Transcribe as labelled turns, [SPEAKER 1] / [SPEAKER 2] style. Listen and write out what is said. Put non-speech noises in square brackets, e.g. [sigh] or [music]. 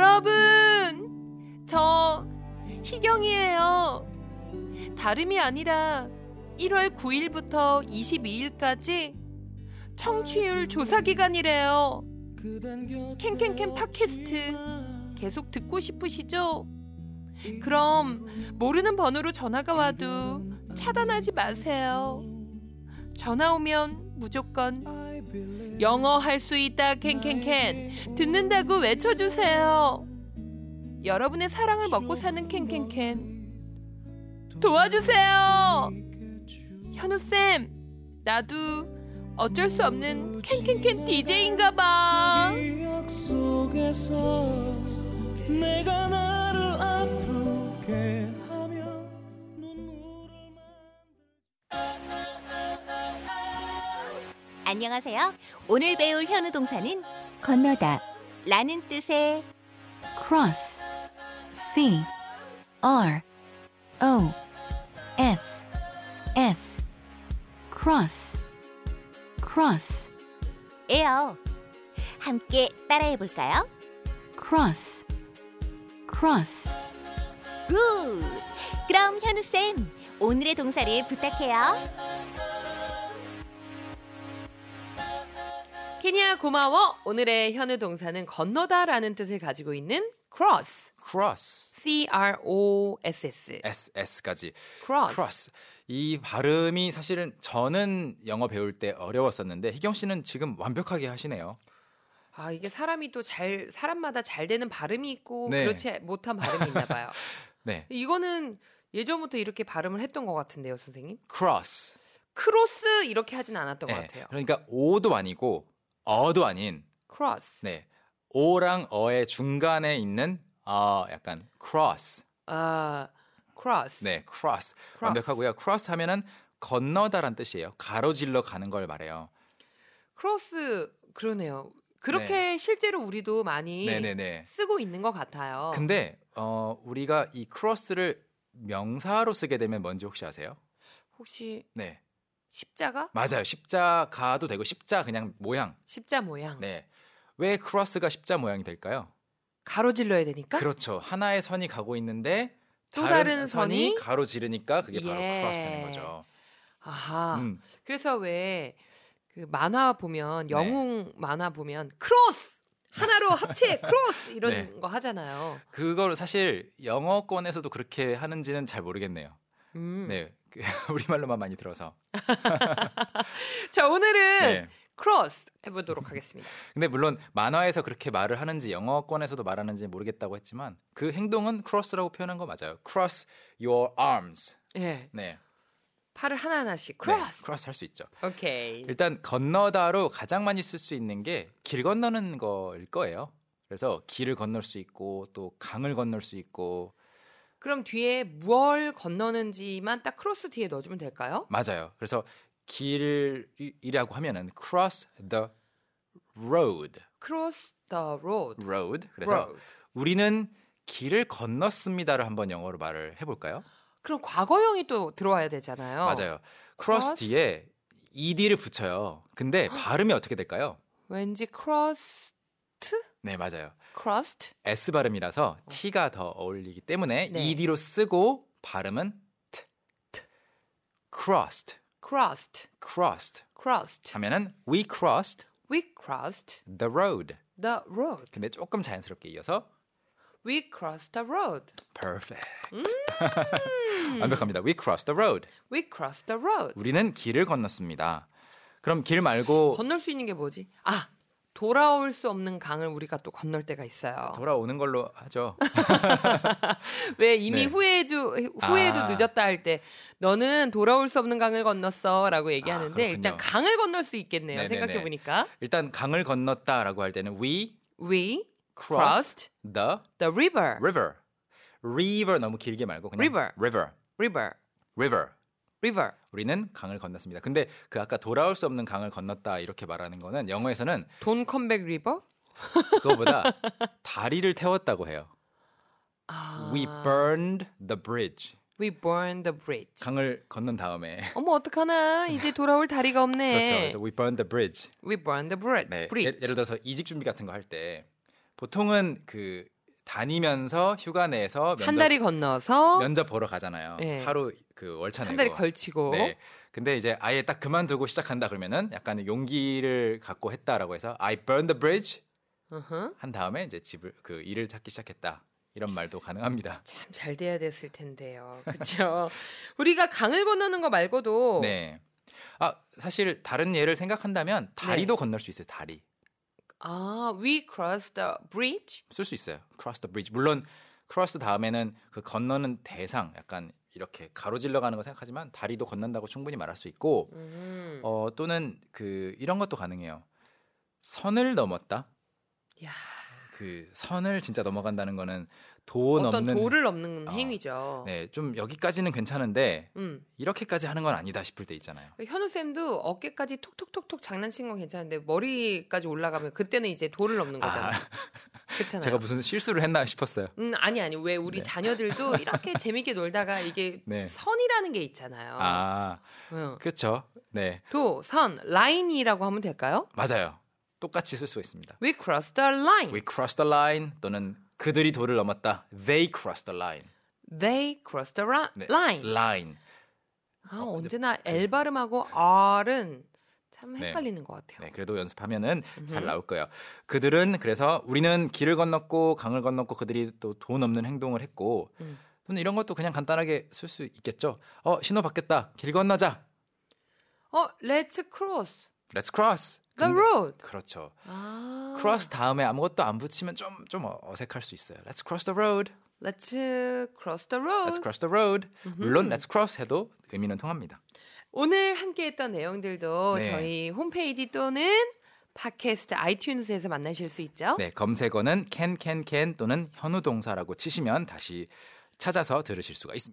[SPEAKER 1] 여러분! 저 희경이에요. 다름이 아니라 1월 9일부터 22일까지 청취율 조사 기간이래요. 캔캔캔 팟캐스트 계속 듣고 싶으시죠? 그럼 모르는 번호로 전화가 와도 차단하지 마세요. 전화 오면 무조건 영어 할 수 있다 캔캔캔 듣는다고 외쳐주세요. 여러분의 사랑을 먹고 사는 캔캔캔 도와주세요. 현우 쌤, 나도 어쩔 수 없는 캔캔캔 DJ인가 봐.
[SPEAKER 2] 기억 속에서 내가 나를 아프게 하며 눈물을
[SPEAKER 3] 안녕하세요. 오늘 배울 현우 동사는 건너다 라는 뜻의
[SPEAKER 4] cross C R O S S cross cross
[SPEAKER 3] 에요. 함께 따라해 볼까요?
[SPEAKER 4] cross cross
[SPEAKER 3] 굿! 그럼 현우쌤, 오늘의 동사를 부탁해요.
[SPEAKER 1] 케냐 고마워. 오늘의 현우 동사는 건너다라는 뜻을 가지고 있는 cross,
[SPEAKER 5] cross
[SPEAKER 1] C R O S S,
[SPEAKER 5] ss까지
[SPEAKER 1] cross.
[SPEAKER 5] cross 이 발음이 사실은 저는 영어 배울 때 어려웠었는데 희경 씨는 지금 완벽하게 하시네요.
[SPEAKER 1] 아 이게 사람이 또 잘 사람마다 잘 되는 발음이 있고
[SPEAKER 5] 네.
[SPEAKER 1] 그렇지 못한 발음이 있나 봐요.
[SPEAKER 5] 네.
[SPEAKER 1] 이거는 예전부터 이렇게 발음을 했던 것 같은데요, 선생님.
[SPEAKER 5] cross.
[SPEAKER 1] 크로스 이렇게 하진 않았던 것
[SPEAKER 5] 네,
[SPEAKER 1] 같아요.
[SPEAKER 5] 그러니까 오도 아니고 어도 아닌
[SPEAKER 1] 크로스.
[SPEAKER 5] 네. 오랑 어의 중간에 있는 어 약간 cross.
[SPEAKER 1] 아, 크로스.
[SPEAKER 5] 네,
[SPEAKER 1] cross.
[SPEAKER 5] cross. 완벽하고요. cross 하면은 건너다란 뜻이에요. 가로질러 가는 걸 말해요.
[SPEAKER 1] 크로스 그러네요. 그렇게 실제로 우리도 많이
[SPEAKER 5] 네, 네, 네.
[SPEAKER 1] 쓰고 있는 것 같아요.
[SPEAKER 5] 근데 어 우리가 이 cross를 명사로 쓰게 되면 뭔지 혹시 아세요?
[SPEAKER 1] 혹시
[SPEAKER 5] 네.
[SPEAKER 1] 십자가?
[SPEAKER 5] 맞아요. 십자가도 되고 십자 그냥 모양.
[SPEAKER 1] 십자 모양.
[SPEAKER 5] 네. 왜 cross가 십자 모양이 될까요?
[SPEAKER 1] 가로질러야 되니까.
[SPEAKER 5] 그렇죠. 하나의 선이 가고 있는데
[SPEAKER 1] 또 다른 선이?
[SPEAKER 5] 가로지르니까 그게 바로
[SPEAKER 1] 예.
[SPEAKER 5] cross 되는 거죠.
[SPEAKER 1] 아하.
[SPEAKER 5] 음,
[SPEAKER 1] 그래서 왜 그 만화 보면
[SPEAKER 5] 네.
[SPEAKER 1] 영웅 만화 보면 크로스 하나로 합체 크로스 이런
[SPEAKER 5] [laughs] 네.
[SPEAKER 1] 거 하잖아요.
[SPEAKER 5] 그걸 사실 영어권에서도 그렇게 하는지는 잘 모르겠네요.
[SPEAKER 1] 음.
[SPEAKER 5] 네. 그 [laughs] 우리말로만 많이 들어서.
[SPEAKER 1] 자 오늘은
[SPEAKER 5] 네.
[SPEAKER 1] 크로스 해보도록 하겠습니다.
[SPEAKER 5] 근데 물론 만화에서 그렇게 말을 하는지 영어권에서도 말하는지 모르겠다고 했지만 그 행동은 cross라고 표현한 거 맞아요. cross your arms.
[SPEAKER 1] 예,
[SPEAKER 5] 네.
[SPEAKER 1] 팔을 하나 하나씩 크로스.
[SPEAKER 5] 네, cross 할 수 있죠.
[SPEAKER 1] 오케이.
[SPEAKER 5] 일단 건너다로 가장 많이 쓸 수 있는 게 길 건너는 거일 거예요. 그래서 길을 건널 수 있고 또 강을 건널 수 있고
[SPEAKER 1] 그럼 뒤에 뭘 건너는지만 딱 크로스 뒤에 넣어주면 될까요?
[SPEAKER 5] 맞아요. 그래서 길이라고 하면은 cross the road.
[SPEAKER 1] Cross the road.
[SPEAKER 5] road. 그래서
[SPEAKER 1] road.
[SPEAKER 5] 우리는 길을 건넜습니다를 한번 영어로 말을 해 볼까요?
[SPEAKER 1] 그럼 과거형이 또 들어와야 되잖아요.
[SPEAKER 5] 맞아요.
[SPEAKER 1] cross.
[SPEAKER 5] cross 뒤에 ed를 붙여요. 근데 발음이 어떻게 될까요?
[SPEAKER 1] 왠지 cross,
[SPEAKER 5] 네, 맞아요.
[SPEAKER 1] crossed.
[SPEAKER 5] s 발음이라서 t가 더 어울리기 때문에
[SPEAKER 1] 어. 네.
[SPEAKER 5] ed로 쓰고 발음은 t, t. crossed,
[SPEAKER 1] crossed,
[SPEAKER 5] crossed
[SPEAKER 1] crossed.
[SPEAKER 5] 하면은 we crossed
[SPEAKER 1] We crossed
[SPEAKER 5] the road.
[SPEAKER 1] the road.
[SPEAKER 5] 근데 조금 자연스럽게 이어서
[SPEAKER 1] We crossed the road.
[SPEAKER 5] perfect.
[SPEAKER 1] 음.
[SPEAKER 5] [laughs] 완벽합니다. We crossed the road.
[SPEAKER 1] We crossed the road.
[SPEAKER 5] 우리는 길을 건넜습니다. 그럼 길 말고
[SPEAKER 1] 건널 수 있는 게 뭐지? 아, 돌아올 수 없는 강을 우리가 또 건널 때가 있어요.
[SPEAKER 5] 돌아오는 걸로 하죠.
[SPEAKER 1] 왜 이미
[SPEAKER 5] 네.
[SPEAKER 1] 후회해도 후회해도
[SPEAKER 5] 아.
[SPEAKER 1] 늦었다 할 때 너는 돌아올 수 없는 강을 건넜어라고 얘기하는데
[SPEAKER 5] 아,
[SPEAKER 1] 일단
[SPEAKER 5] 그렇군요.
[SPEAKER 1] 강을 건널 수 있겠네요.
[SPEAKER 5] 네네네.
[SPEAKER 1] 생각해 보니까
[SPEAKER 5] 일단 강을 건넜다라고 할 때는 we
[SPEAKER 1] we crossed
[SPEAKER 5] crossed the
[SPEAKER 1] the river.
[SPEAKER 5] river. river 너무 길게 말고 그냥
[SPEAKER 1] River.
[SPEAKER 5] river.
[SPEAKER 1] river.
[SPEAKER 5] river.
[SPEAKER 1] river.
[SPEAKER 5] 우리는 강을 건넜습니다. 근데 그 아까 돌아올 수 없는 강을 건넜다 이렇게 말하는 거는 영어에서는
[SPEAKER 1] 돈 컴백 리버? [laughs]
[SPEAKER 5] 그거보다 다리를 태웠다고 해요.
[SPEAKER 1] 아,
[SPEAKER 5] We burned the bridge.
[SPEAKER 1] we burned the bridge.
[SPEAKER 5] 강을 건넌 다음에
[SPEAKER 1] 어머 어떡하나 이제 돌아올 다리가 없네.
[SPEAKER 5] [laughs] 그렇죠. 그래서 we burned the bridge.
[SPEAKER 1] we burned the bridge.
[SPEAKER 5] 네. 예-
[SPEAKER 1] bridge.
[SPEAKER 5] 예를 들어서 이직 준비 같은 거 할 때 보통은 그 다니면서 휴가 내서 면접,
[SPEAKER 1] 한 다리 건너서
[SPEAKER 5] 면접 보러 가잖아요.
[SPEAKER 1] 네.
[SPEAKER 5] 하루 그 월차
[SPEAKER 1] 한
[SPEAKER 5] 내고.
[SPEAKER 1] 다리 걸치고
[SPEAKER 5] 네. 근데 이제 아예 딱 그만두고 시작한다 그러면은 약간 용기를 갖고 했다라고 해서 I burn the bridge
[SPEAKER 1] 어허.
[SPEAKER 5] 한 다음에 이제 집을 그 일을 찾기 시작했다. 이런 말도
[SPEAKER 1] [laughs]
[SPEAKER 5] 가능합니다.
[SPEAKER 1] 참 잘 돼야 됐을 텐데요. 그렇죠. [laughs] 우리가 강을 건너는 거 말고도
[SPEAKER 5] 네. 아, 사실 다른 예를 생각한다면 다리도
[SPEAKER 1] 네.
[SPEAKER 5] 건널 수 있어요. 다리.
[SPEAKER 1] 아, we crossed the bridge.
[SPEAKER 5] 쓸 수 있어요. cross the bridge. 물론 cross 다음에는 그 건너는 대상 약간 이렇게 가로질러 가는 거 생각하지만 다리도 건넌다고 충분히 말할 수 있고
[SPEAKER 1] 음.
[SPEAKER 5] 어 또는 그 이런 것도 가능해요. 선을 넘었다.
[SPEAKER 1] 야,
[SPEAKER 5] 그 선을 진짜 넘어간다는 거는 도
[SPEAKER 1] 어떤
[SPEAKER 5] 넘는
[SPEAKER 1] 도를 넘는
[SPEAKER 5] 어,
[SPEAKER 1] 행위죠.
[SPEAKER 5] 네, 좀 여기까지는 괜찮은데
[SPEAKER 1] 음.
[SPEAKER 5] 이렇게까지 하는 건 아니다 싶을 때 있잖아요.
[SPEAKER 1] 그 현우 쌤도 어깨까지 톡톡톡톡 장난친 건 괜찮은데 머리까지 올라가면 그때는 이제 도를 넘는 거잖아요.
[SPEAKER 5] [laughs]
[SPEAKER 1] 그렇잖아요.
[SPEAKER 5] 제가 무슨 실수를 했나 싶었어요.
[SPEAKER 1] 음 아니 아니 왜 우리
[SPEAKER 5] 네.
[SPEAKER 1] 자녀들도
[SPEAKER 5] [laughs]
[SPEAKER 1] 이렇게 재밌게 놀다가 이게
[SPEAKER 5] 네.
[SPEAKER 1] 선이라는 게 있잖아요.
[SPEAKER 5] 아,
[SPEAKER 1] 응.
[SPEAKER 5] 그렇죠. 네,
[SPEAKER 1] 도선 라인이라고 하면 될까요?
[SPEAKER 5] 맞아요. 똑같이 쓸 수 있습니다.
[SPEAKER 1] We crossed the line.
[SPEAKER 5] We crossed the line 또는 그들이 도를 넘었다. They crossed the line.
[SPEAKER 1] They crossed the ra-
[SPEAKER 5] 네,
[SPEAKER 1] line.
[SPEAKER 5] line.
[SPEAKER 1] 아
[SPEAKER 5] 어, 근데
[SPEAKER 1] 언제나 L 발음하고 R은 참
[SPEAKER 5] 네.
[SPEAKER 1] 헷갈리는 것 같아요.
[SPEAKER 5] 네, 그래도 연습하면은 잘
[SPEAKER 1] 음흠.
[SPEAKER 5] 나올 거예요. 그들은 그래서 우리는 길을 건넜고 강을 건넜고 그들이 또 돈 없는 행동을 했고
[SPEAKER 1] 음.
[SPEAKER 5] 또는 이런 것도 그냥 간단하게 쓸 수 있겠죠. 어 신호 바뀌었다. 길 건너자.
[SPEAKER 1] 어 Let's cross
[SPEAKER 5] Let's cross.
[SPEAKER 1] the
[SPEAKER 5] 근데-
[SPEAKER 1] road.
[SPEAKER 5] 그렇죠.
[SPEAKER 1] 아.
[SPEAKER 5] cross 다음에 아무것도 안 붙이면 좀 좀 어색할 수 있어요. Let's cross the road.
[SPEAKER 1] Let's cross the road.
[SPEAKER 5] Let's cross the road. 물론 let's cross 해도 의미는 통합니다.
[SPEAKER 1] 오늘 함께했던 내용들도
[SPEAKER 5] 네.
[SPEAKER 1] 저희 홈페이지 또는 팟캐스트 아이튠즈에서 만나실 수 있죠.
[SPEAKER 5] 네, 검색어는 can can can 또는 현우 동사라고 치시면 다시 찾아서 들으실 수가 있습니다.